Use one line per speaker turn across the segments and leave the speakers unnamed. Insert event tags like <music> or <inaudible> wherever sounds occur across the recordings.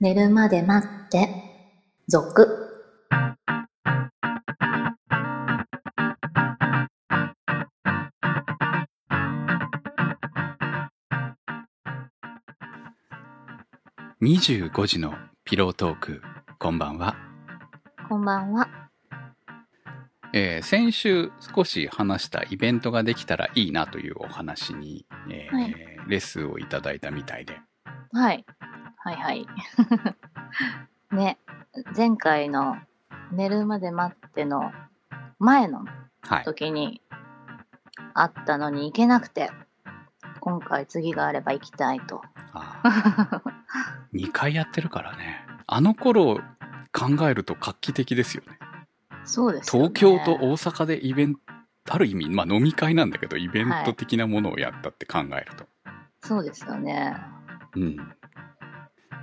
寝るまで待って、続。
25時のピロートークこんばんは、
こんばんは。
えー先週少し話したイベントができたらいいなというお話に、えー
はい
レッスンをいただいたみたいで
はい。はいはい。 <laughs> ね、前回の寝るまで待っての前の
はい
時にあったのに行けなくて、今回次があれば行きたいと。 <laughs>
2回やってるからねあの頃考えると画期的ですよね
そうですよね。
東京と大阪でイベントある意味、まあ、飲み会なんだけどイベント的なものをやったって考えると、
そうですよね。
うん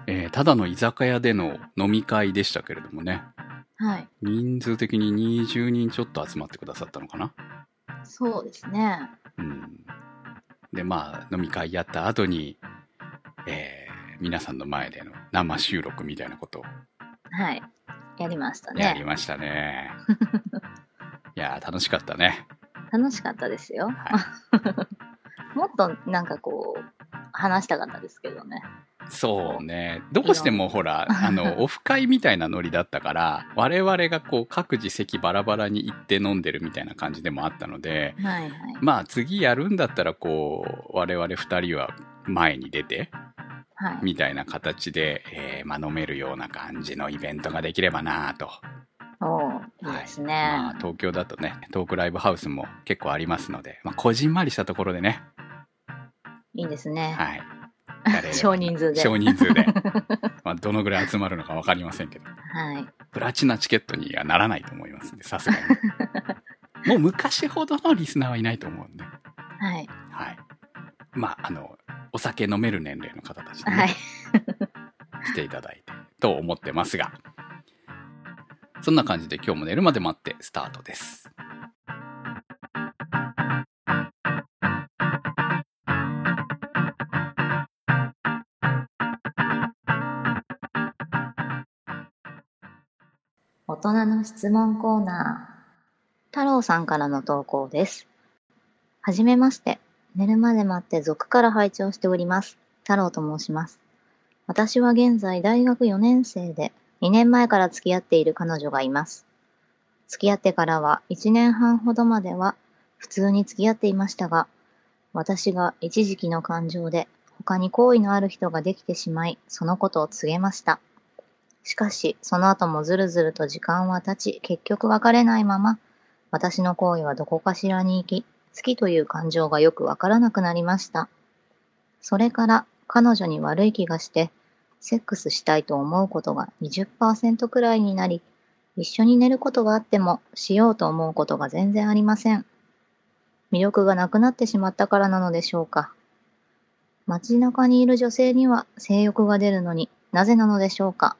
えーただの居酒屋での飲み会でしたけれどもね
はい。
人数的に20人ちょっと集まってくださったのかな
そうですね。
うんでまあ飲み会やった後に、えー皆さんの前での生収録みたいなことを
はい。やりました
やり
ね。
ましたね <laughs> いやー楽しかったね、
楽しかったですよ。
は
<laughs> もっとなんかこう、話したかったですけどね。
い、そうねどうしてもほらあのオフ会みたいなノリだったから我々がこう各自席バラバラに行って飲んでるみたいな感じでもあったので
はいはい。
まあ次やるんだったらこう我々2人は前に出て
はい。
みたいな形で、えーまあ、飲めるような感じのイベントができればなぁと、
おういいですね。
まあ、東京だとねトークライブハウスも結構ありますので、まあ、こじんまりしたところでね、
いいですね。
はい、やれれば
少人数で
少
<laughs>
人数でまあどのぐらい集まるのか分かりませんけど
はい。
プラチナチケットにはならないと思いますんでさすが
<laughs>
にもう昔ほどのリスナーはいないと思うんで、
はい。
はい、まああのお酒飲める年齢の方たちでね、
はい。
来ていただいてと思ってますがそんな感じで今日も寝るまで待ってスタートです
大人の質問コーナー。太郎さんからの投稿です。はじめまして。寝るまで待って族から拝聴しております。太郎と申します。私は現在大学4年生で、2年前から付き合っている彼女がいます。付き合ってからは1年半ほどまでは普通に付き合っていましたが、私が一時期の感情で他に好意のある人ができてしまい、そのことを告げました。しかし、その後もずるずると時間は経ち、結局別れないまま、私の行為はどこかしらに行き、好きという感情がよくわからなくなりました。それから、彼女に悪い気がして、セックスしたいと思うことが20%くらいになり、一緒に寝ることがあっても、しようと思うことが全然ありません。魅力がなくなってしまったからなのでしょうか。街中にいる女性には性欲が出るのになぜなのでしょうか。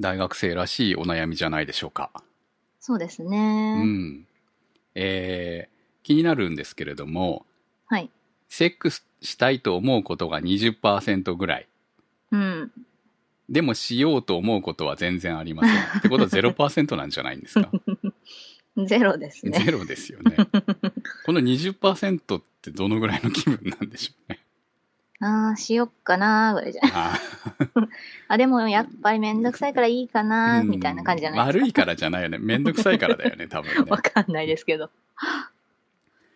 大学生らしいお悩みじゃないでしょうか
そうです
う
ね。
んえー気になるんですけれども
はい。
セックスしたいと思うことが20%ぐらい
うん。
でもしようと思うことは全然ありま
<laughs>
せんってことは0%なんじゃないんですか
ゼロですね。
ゼロですよねこの20%ってどのぐらいの気分なんでしょ
<laughs>
うね
ああ、しよっかなーぐらいじゃない。
あー
あ、でもやっぱりめんどくさいからいいかな
う
ー
ん
みたいな感じじゃないです
悪いからじゃないよねめんどくさいからだ
<laughs>
よね多分
か。
ね
わかんないですけど。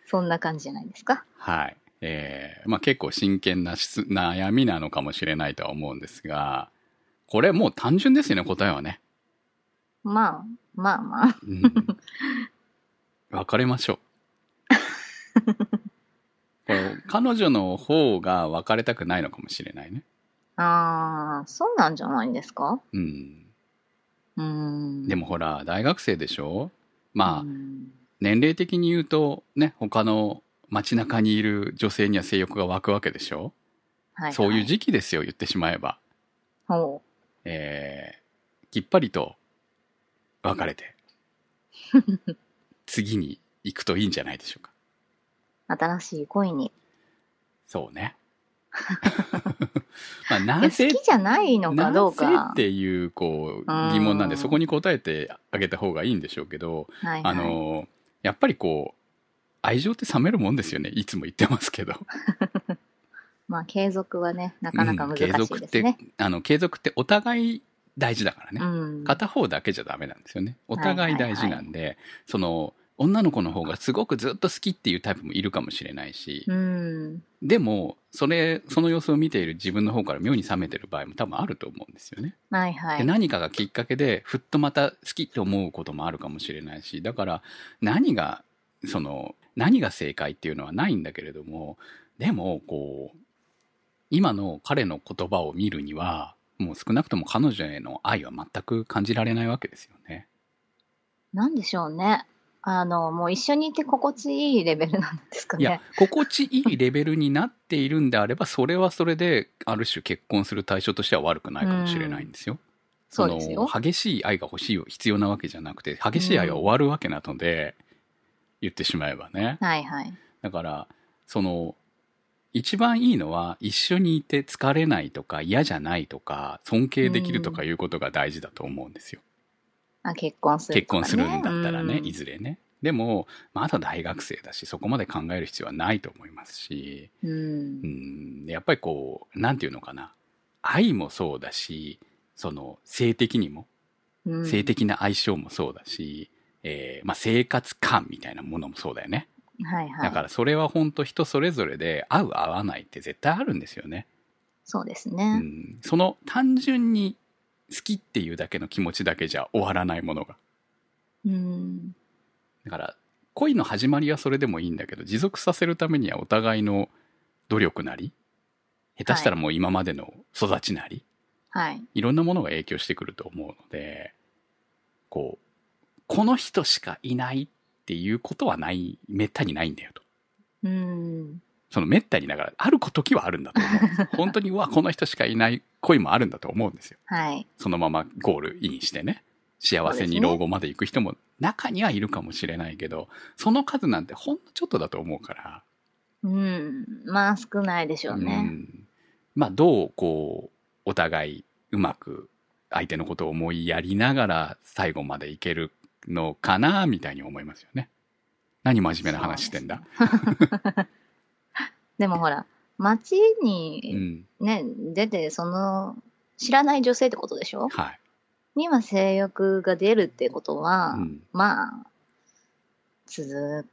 そんな感じじゃないですか。
はい。えーまあ結構真剣な質悩みなのかもしれないとは思うんですが、これもう単純ですよね、答えはね。
まあ、まあまあ。 <laughs>
うん。別れましょう。これ彼女の方が別れたくないのかもしれないね。
ああ、そうなんじゃないんですか
うん。
うーん。
でもほら、大学生でしょまあ、
うん
年齢的に言うと、ね、他の街中にいる女性には性欲が湧くわけでしょ、
はは
そういう時期ですよ、言ってしまえば。
ほ
えーきっぱりと別
<laughs>
れて次に行くといいんじゃないでしょうか
う新しい恋に。 <laughs>
そうねまあ、
い
な
や
ぜ
好きじゃないのかどう
なぜ
か
っ。ていうこう
うん
疑問なんでそこに答えてあげた方がいいんでしょうけど、
はいはい
あのやっぱりこう愛情って冷めるもんですよねいつも言ってますけど
まあ継続はね、なかなか難しい
うん継続
で
っ
す
て、
ね。
あの継続ってお互い大事だからね、
うん。
片方だけじゃダメなんですよねお互い大事なんで、その女の子の方がすごくずっと好きっていうタイプもいるかもしれないし、
うん。
でもそれその様子を見ている自分の方から妙に冷めてる場合も多分あると思うんですよね。
はいは
で
い。
何かがきっかけでふっとまた好きって思うこともあるかもしれないしだから何がその何が正解っていうのはないんだけれどもでもこう今の彼の言葉を見るにはもう少なくとも彼女への愛は全く感じられないわけですよね。
なんでしょうね。あの、もう一緒にいて心地いいレベルなんですか
いや
ね。
心地いいレベルになっているんであればそれはそれである種結婚する対象としては悪くないかもしれないんですよ。
そう
の
ですよ。
激しい愛が欲しい必要なわけじゃなくて激しい愛は終わるわけなので、言ってしまえばね
はいはい。
だからその一番いいのは一緒にいて疲れないとか嫌じゃないとか尊敬できるとかいうことが大事だと思うんですよ、
あ結婚する
結
とかね、
婚するんだったらね、
うん
いずれねでもまだ大学生だしそこまで考える必要はないと思いますし
うん
うんやっぱりこうなんていうのかな愛もそうだしその性的にも
うん
性的な相性もそうだし、えーまあ、生活感みたいなものもそうだよね、
はいはい。
だからそれは本当人それぞれで合う合わないって絶対あるんですよね、
そうです
う
ね。
ん、その単純に好きっていうだけの気持ちだけじゃ終わらないものが
うん。
だから恋の始まりはそれでもいいんだけど持続させるためにはお互いの努力なり下手したらもう今までの育ちなり、
はい。
いろんなものが影響してくると思うのでこうこの人しかいないっていうことはないめったにないんだよと
うん。
そのめったにだからある時はあるんだと思うんです本当にうわこの人しかいない恋もあるんだと思うんですよ
はい。
そのままゴールインしてね幸せに老後まで行く人も中にはいるかもしれないけどその数なんてほんのちょっとだと思うから
うん。まあ少ないでしょう
う
ね。
んまあどうこうお互いうまく相手のことを思いやりながら最後までいけるのかなみたいに思いますよね。何真面目な話してんだ。
でもほら、街
う
に
ん、
ね、出て、その、知らない女性ってことでしょ
はい。
には性欲が出るってことは、
うん
まあ、続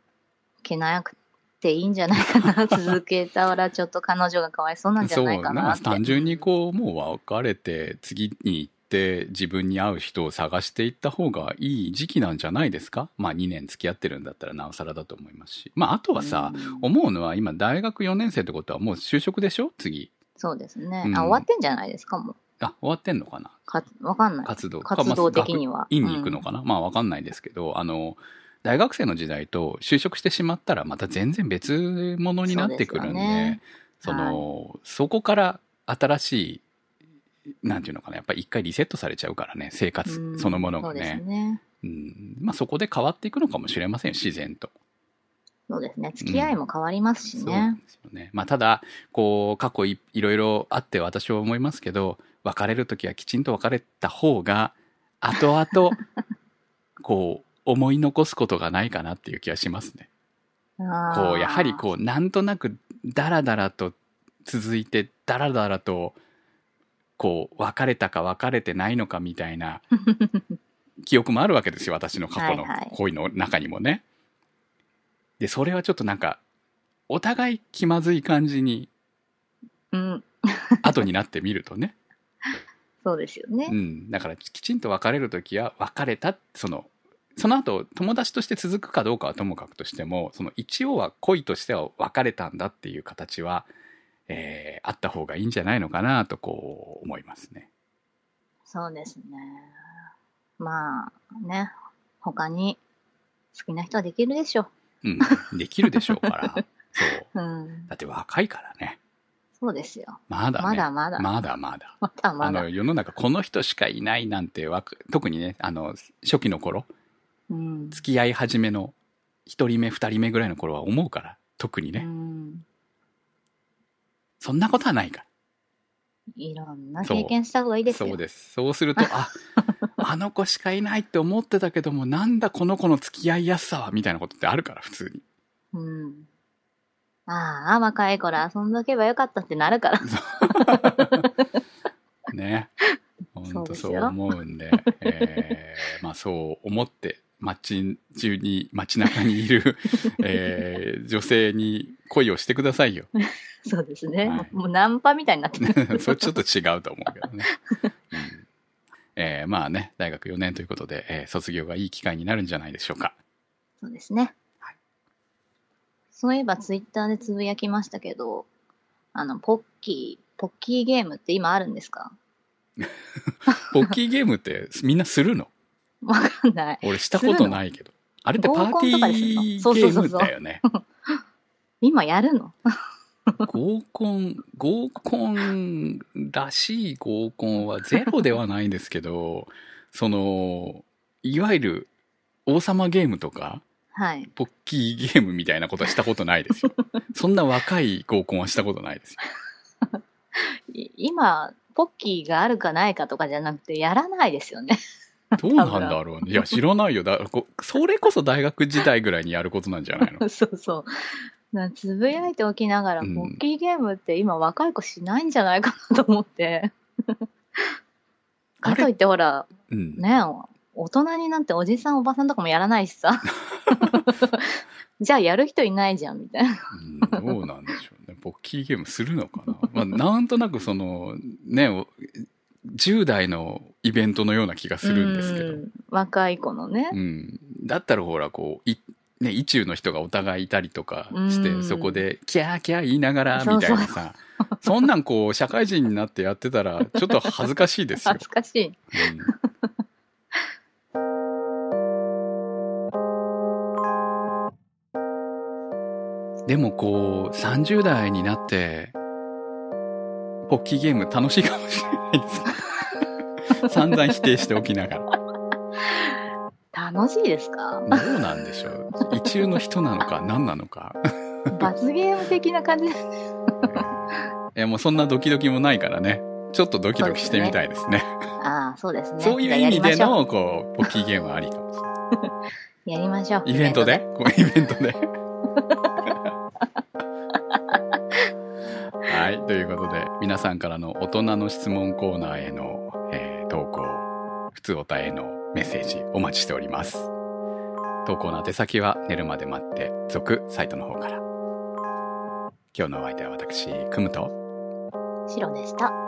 けなくていいんじゃないかな。続けたらちょっと彼女がかわいそうなんじゃ
そう
ないか
なん
な
か
って。
単純にこうもう別れて次に行って自分に合う人を探していった方がいい時期なんじゃないですかまあ2年付き合ってるんだったらなおさらだと思いますしまああとはさ、
うん
思うのは今大学4年生ってことはもう就職でしょ次
そうですね、
うん
あ、終わってんじゃないですか、もう。
あ終わってんのかな
かわかんない。
活動
活動的には。
は。学院に行くのかな、まあわかんないですけど、あの、大学生の時代と就職してしまったらまた全然別物になってくる
そ
んで、そ
うですよね
の、そこから新しい、なんていうのかな、やっぱり一回リセットされちゃうからね、生
う
活
ん
そのものが
そうです
ね。
ね。
うんまあそこで変わっていくのかもしれません、自然と。
そうですね。付き合いも変わりますし
そうなん
ね。
ですよね。まあ、ただ、こう、過去いいろいろあって私は思いますけど、別れるときはきちんと別れた方が、後々、こう、思い残すことがないかなっていう気がしますね。
あー
こう、やはりこう、なんとなく、だらだらと続いて、だらだらと、こう、別れたか別れてないのかみた
<laughs>
いな、記憶もあるわけですよ、私の過去の
はいはい
恋の中にもね。で、それはちょっとなんか、お互い気まずい感じに、
うん、
後になってみるとね。
そうですよね
う。ん。だから、きちんと別れるときは、別れた、その、その後、友達として続くかどうかはともかくとしても、その一応は恋としては別れたんだっていう形は、えーあった方がいいんじゃないのかなと、こう、思いますね。
そうですね。まあね、他に好きな人はできるでしょ
うん。
<laughs>
できるでしょうから。そ
う。
う。
うん、
だって若いからね。
そうですよ。
まだね。
まだまだ。
まだまだ。
まだま
あ
だ
の。世の中この人しかいないなんてわか特にねあの初期の頃
うん。
付き合い始めの1人目2人目ぐらいの頃は思うから特にね、
うん
そんなことはないから。
いろんな経験した方がいいですよ。
そうです。そうすると、
<laughs>
あ、あの子しかいないって思ってたけども、なんだこの子の付き合いやすさは、みたいなことってあるから、普通に。
うん。ああ、若い頃遊んどけばよかったってなる
<laughs>
から。 <laughs>
ね。
そ
本
う
当
です
そ
よ
う思うんで、え
<laughs>
ーまあそう思って街中に、街中に
<laughs>
いる、えー女性に恋をしてくださ
<laughs>
いよ。
そうですね。
はい。
もうナンパみたいになってる
<laughs> それちょっと違うと思うけどね。うんえーまあね、大学4年ということで、えー卒業がいい機会になるんじゃないでしょうか。
そうですね。
はい
そういえばツイッターでつぶやきましたけど、あの、ポッキー、ポッキーゲームって今あるんですか <laughs>
ポッキーゲームってみんなするの
わかんない。
俺したことないけど。あれってパーティ
合コンとかでするの
ー
そう
ゲ
そう
ー
そう
ム
そう
だよね。
今やるの
合コン、合コンらしい合コンはゼロではないんですけど、 <laughs> その、いわゆる王様ゲームとか、
はい。
ポッキーゲームみたいなことはしたことな
<laughs>
いですよ。そんな若い合コンはしたことないですよ。
い今、ポッキーがあるかないかとかじゃなくて、やらないですよね。
どうなんだろうね。いや、知らないよ。だこそれこそ大学時代ぐらいにやることなんじゃない
<laughs>
の
そうそう。なつぶやいておきながら、
うん
ポッキーゲームって今若い子しないんじゃないかなと思
<laughs>
って。
あ
かと
れ、
いってほら、
うん。
ね大人になっておじさんおばさんとかもやらないしさ。
<laughs>
じゃあやる人いないじゃん、みたいな。
うんどうなんでしょうね。ポッキーゲームするのかな。まあ、なんとなくその、ね、お10代のイベントのような気がするんですけ
う
ど。
ん若い子のね
う。ん。だったらほら、こう、いね、意中の人がお互いいたりとかし
う
て、
ん
そこで、キャーキャー言いながら、
そうそう
みたいなさ。そんなんこう、社会人になってやってたら、ちょっと恥ずかしいですよ
恥。ずかしい。
うんでもこう30代になってポッキーゲーム楽しいかもしれないで
<laughs>
す散々否定しておきながら
楽しいですか
どうなんでしょう一流の人なのか何なのか
罰ゲーム的な感じです。
いやもうそんなドキドキもないからねちょっとドキドキしてみたいですね
ああ、そうですね。
そういう
じゃあ
意
や
味
りま
で
しょう。
のこうポッキーゲームはありかもしれない
やりましょう。
イベントでこうイベントで。はい。ということで、皆さんからの大人の質問コーナーへの、えー投稿、普通おたへのメッセージお待ちしております。投稿の宛先は寝るまで待って、続サイトの方から。今日のお相手は私、くむと。
白でした。